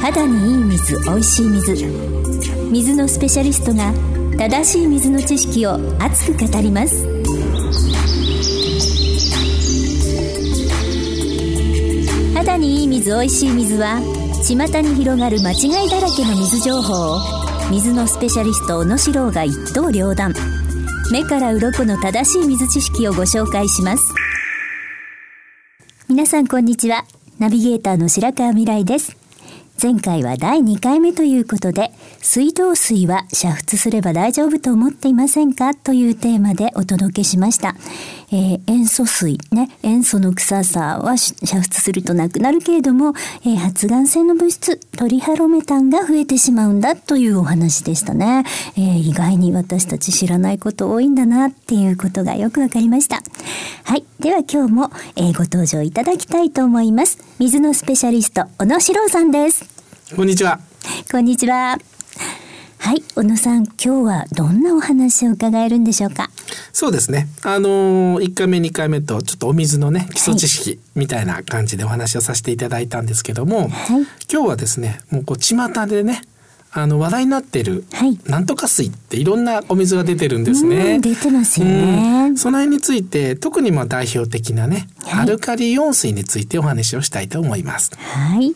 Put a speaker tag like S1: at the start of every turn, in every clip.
S1: 肌にいい水おいしい水水のスペシャリストが正しい水の知識を熱く語ります肌にいい水おいしい水は巷に広がる間違いだらけの水情報を水のスペシャリスト小野史郎が一刀両断目から鱗の正しい水知識をご紹介します皆さんこんにちはナビゲーターの白川未来です前回は第2回目ということで、水道水は煮沸すれば大丈夫と思っていませんかというテーマでお届けしました。えー塩素水、ね、塩素の臭さは煮沸するとなくなるけれども、えー発がん性の物質、トリハロメタンが増えてしまうんだというお話でしたね。えー意外に私たち知らないこと多いんだなっていうことがよくわかりました。はい。では今日も、えーご登場いただきたいと思います。水のスペシャリスト、小野史郎さんです。
S2: こんにちは。
S1: こんにちは。はい、小野さん、今日はどんなお話を伺えるんでしょうか。
S2: そうですね。あのー、1回目2回目とちょっとお水のね基礎知識みたいな感じでお話をさせていただいたんですけど
S1: はい
S2: も、今日はですねもうこう巷でねあの話題になってる、
S1: はい
S2: なんとか水っていろんなお水が出てるんです
S1: う
S2: ね
S1: ん。出てますよね
S2: うん。その辺について特にまあ代表的なね、
S1: はい
S2: アルカリイオン水についてお話をしたいと思います。
S1: はい、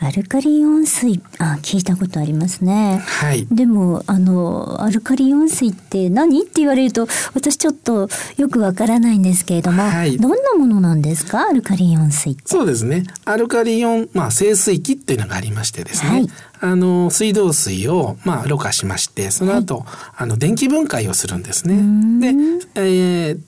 S1: アルカリイオン水、あ、聞いたことありますね。
S2: はい。
S1: でもあのアルカリイオン水って何って言われると私ちょっとよくわからないんですけれども、
S2: はい
S1: どんなものなんですかアルカリイオン水って。
S2: そうですね。アルカリイオン、まあ、清水器っていうのがありましてですね。
S1: はい
S2: あの、水道水を、まあ、ろ過しまして、その後、あの、電気分解をするんですね。で、えー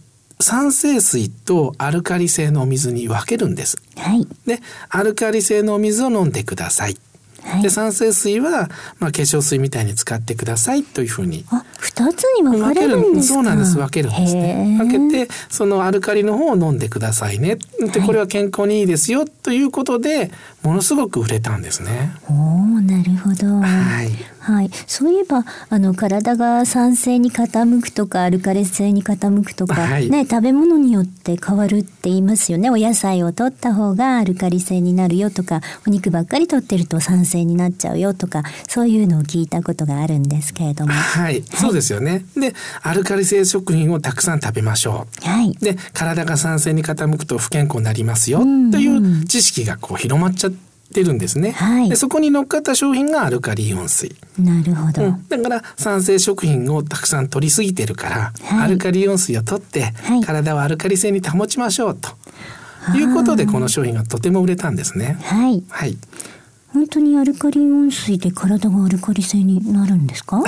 S2: 酸性水とアルカリ性のお水に分けるんです。
S1: はい
S2: で、アルカリ性のお水を飲んでください。
S1: はい
S2: で、。酸性水は、まあ、化粧水みたいに使ってくださいというふうに
S1: あ、二つに分かれるんですか。
S2: そうなんです分けるんですね
S1: へー
S2: 分けてそのアルカリの方を飲んでくださいねでこれは健康にいいですよということでものすごく売れたんですね。
S1: おお、なるほど。
S2: はい
S1: はい、そういえばあの体が酸性に傾くとかアルカリ性に傾くとか、
S2: はい
S1: ね、食べ物によって変わるって言いますよねお野菜を取った方がアルカリ性になるよとかお肉ばっかり取ってると酸性になっちゃうよとかそういうのを聞いたことがあるんですけれども。
S2: はい、そうですよね。で、アルカリ性食品をたくさん食べましょ
S1: はい、
S2: う。で、体が酸性に傾くと不健康になりますよという知識がこう広まっちゃってるんですね。
S1: はい
S2: でそこに乗っかった商品がアルカリイオン水。
S1: なるほど、
S2: うん、だから酸性食品をたくさん取りすぎてるから、
S1: はい
S2: アルカリイオン水を取って、
S1: い
S2: 体をアルカリ性に保ちましょうということでこの商品がとても売れたんですね。
S1: はい、
S2: はい、
S1: 本当にアルカリ温水で体がアルカリ性になるんです か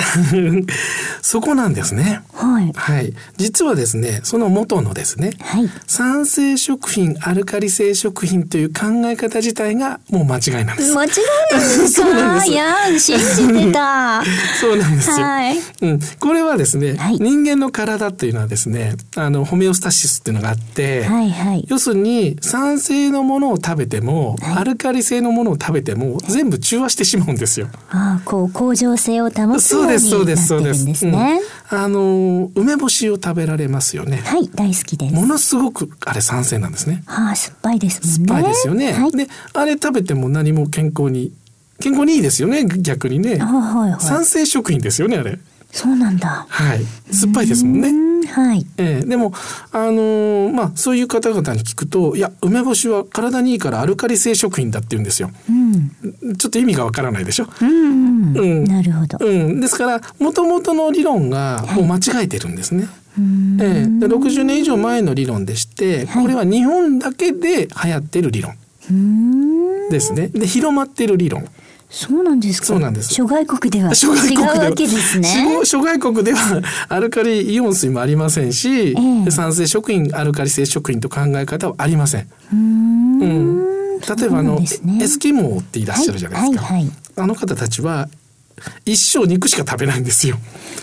S2: そこなんですね。
S1: はい
S2: はい、実はですね、その元のですね、
S1: はい
S2: 酸性食品、アルカリ性食品という考え方自体がもう間違いな んです。
S1: 間違いなんです
S2: そうなんで
S1: か
S2: す
S1: いやー信じてた
S2: そうなんですよ。
S1: はい
S2: うん、これはですね、
S1: はい
S2: 人間の体というのはですね、あのホメオスタシスっていうのがあって、
S1: はいはい。
S2: 要するに酸性のものを食べても、アルカリ性のものを食べても全部中和してしまうんですよ。
S1: ああ、こう向上性を保つようになって
S2: そうですそうですそうで
S1: るん
S2: す。
S1: ですね。
S2: うんあの梅干しを食べられますよね。
S1: はい、大好きです。
S2: ものすごくあれ酸性なんですね。
S1: ああ、酸っぱいです
S2: 酸
S1: も
S2: っ
S1: んね。
S2: ぱいですよね。
S1: はい。
S2: であれ食べても何も健康に健康にいいですよね逆にね
S1: あ。はいは
S2: 酸
S1: い。
S2: 性食品ですよねあれ。
S1: そうなんだ。
S2: はい。酸っぱいですもん
S1: う
S2: ね。
S1: ん、はい。
S2: ええでも、あのーまあ、そういう方々に聞くと、いや、梅干しは体にいいからアルカリ性食品だって言うんですよ。
S1: うん、
S2: ちょっと意味がわからないでしょ。
S1: うん、う、
S2: うんん
S1: なるほど。
S2: うん、ですから元々の理論がもう間違えてるんですね。
S1: うん、
S2: ええで60年以上前の理論でして、
S1: はい
S2: これは日本だけで流行ってる理論
S1: うん、
S2: ですね。で広まってる理論。
S1: そうなんですか。
S2: そうなんです
S1: 諸外国では
S2: 諸外
S1: 違
S2: 国で
S1: う
S2: は
S1: わけですね。
S2: 諸諸外国ではアルカリイオン水もありませんし、
S1: ええ
S2: 酸性食品アルカリ性食品と考え方はありません。
S1: うん、
S2: うん例えばあ
S1: そうな
S2: の、
S1: んですね
S2: エスキモーっていらっしゃるじゃないですか。
S1: はいはいはい
S2: あの方たちは一生肉しか食べないんですよ。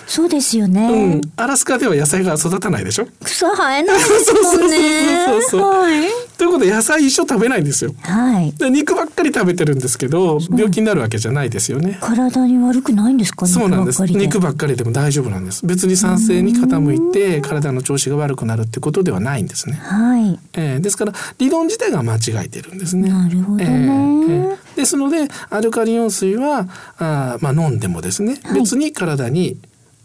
S1: そうですよ
S2: う
S1: ね
S2: ん。、アラスカでは野菜が育たないでしょ。
S1: 草生えないですもんね。
S2: そうそうそうそうそう
S1: はい。
S2: ということで野菜一生食べないんですよ。
S1: はい。
S2: で肉ばっかり食べてるんですけど病気になるわけじゃないですよね。
S1: 体に悪くないんですか
S2: そうなんです
S1: ばっかり
S2: 肉ばっかりでも大丈夫なんです別に酸性に傾いて体の調子が悪くなるってことではないんですね、
S1: はい。
S2: えーですから理論自体が間違えてるんですね
S1: なるほどね
S2: えーですのでアルカリ温水はあー、まあ、飲んでもですね、
S1: はい
S2: 別に体に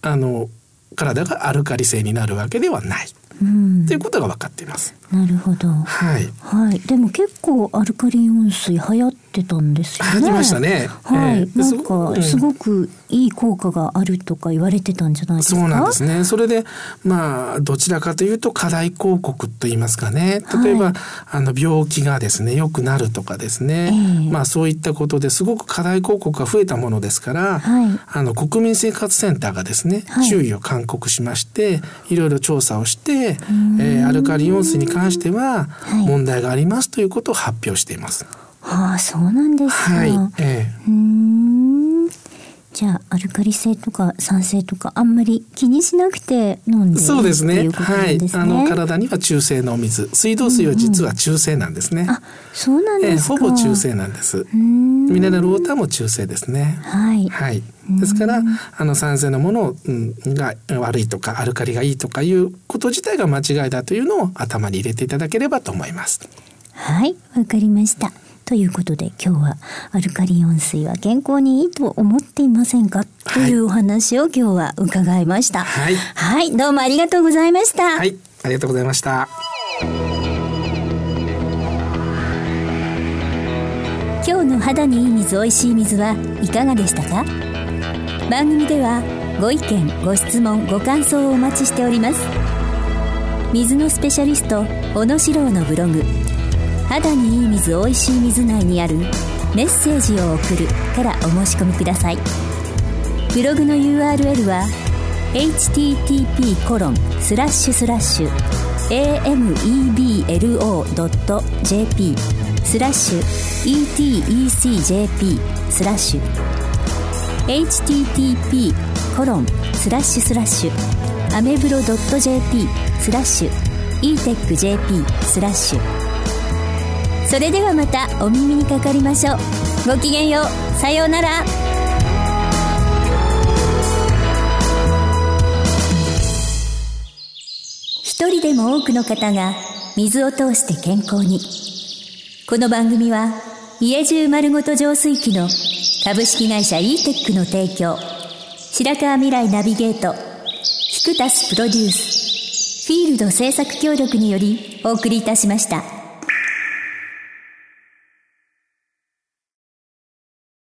S2: あの体がアルカリ性になるわけではない
S1: うん
S2: と。いうことが分かっています、
S1: なるほど。
S2: はい
S1: はい。でも結構アルカリ温水流行ってたんですよね。
S2: 流行りましたね
S1: はい。
S2: ええ
S1: な
S2: す
S1: ん
S2: ごう
S1: か
S2: ん
S1: すごくいい効果があるとか言われてたんじゃないですか。
S2: そうなんですね。それでまあどちらかというと課題広告と言いますかね。例えば、
S1: はい
S2: あの病気がですね良くなるとかですね。
S1: ええ
S2: まあそういったことですごく課題広告が増えたものですから、
S1: はい
S2: あの国民生活センターがですね、
S1: はい
S2: 注意を勧告しましていろいろ調査をして、えーアルカリ温水に関しては
S1: はい
S2: 問題がありますということを発表しています。
S1: ああ、そうなんですか。
S2: はい。
S1: う
S2: ええ
S1: ーん。じゃあアルカリ性とか酸性とかあんまり気にしなくて飲んでいい
S2: そうです
S1: ってい
S2: ね。
S1: うことな
S2: は
S1: ん
S2: い
S1: で。すね。
S2: あの体には中性のお水、水道水は実は中性なんですね。
S1: あそうなん
S2: ええ
S1: ですか。
S2: ほぼ中。性なんです。
S1: うーん。
S2: ミネラルウォーターも中性ですね。
S1: はい。
S2: はい。ですから、あの酸性のものをうんが悪いとかアルカリがいいとかいうこと自体が間違いだというのを頭に入れていただければと思います。
S1: はい、わかりました。ということで今日はアルカリ温水は健康にいいと思っていませんかというお話を今日は伺いました。
S2: はい
S1: はい、どうもありがとうございました。
S2: はい、ありがとうございました。
S1: 今日の肌にいい水おいしい水はいかがでしたか番組ではご意見ご質問ご感想をお待ちしております水のスペシャリスト小野史郎のブログ「肌にいい水おいしい水内にあるメッセージを送る」からお申し込みくださいブログの URL は http コロンスラッシュスラッシュ ameblo.jp スラッシュ etecjp スラッシュ http コロンスラッシュスラッシュアメブロ .jp スラッシュ etecjp スラッシュそれではまたお耳にかかりましょうごきげんようさようなら一人でも多くの方が水を通して健康にこの番組は家中丸ごと浄水器の株式会社 e テックの提供白川未来ナビゲートキクタスプロデュースフィールド制作協力によりお送りいたしました。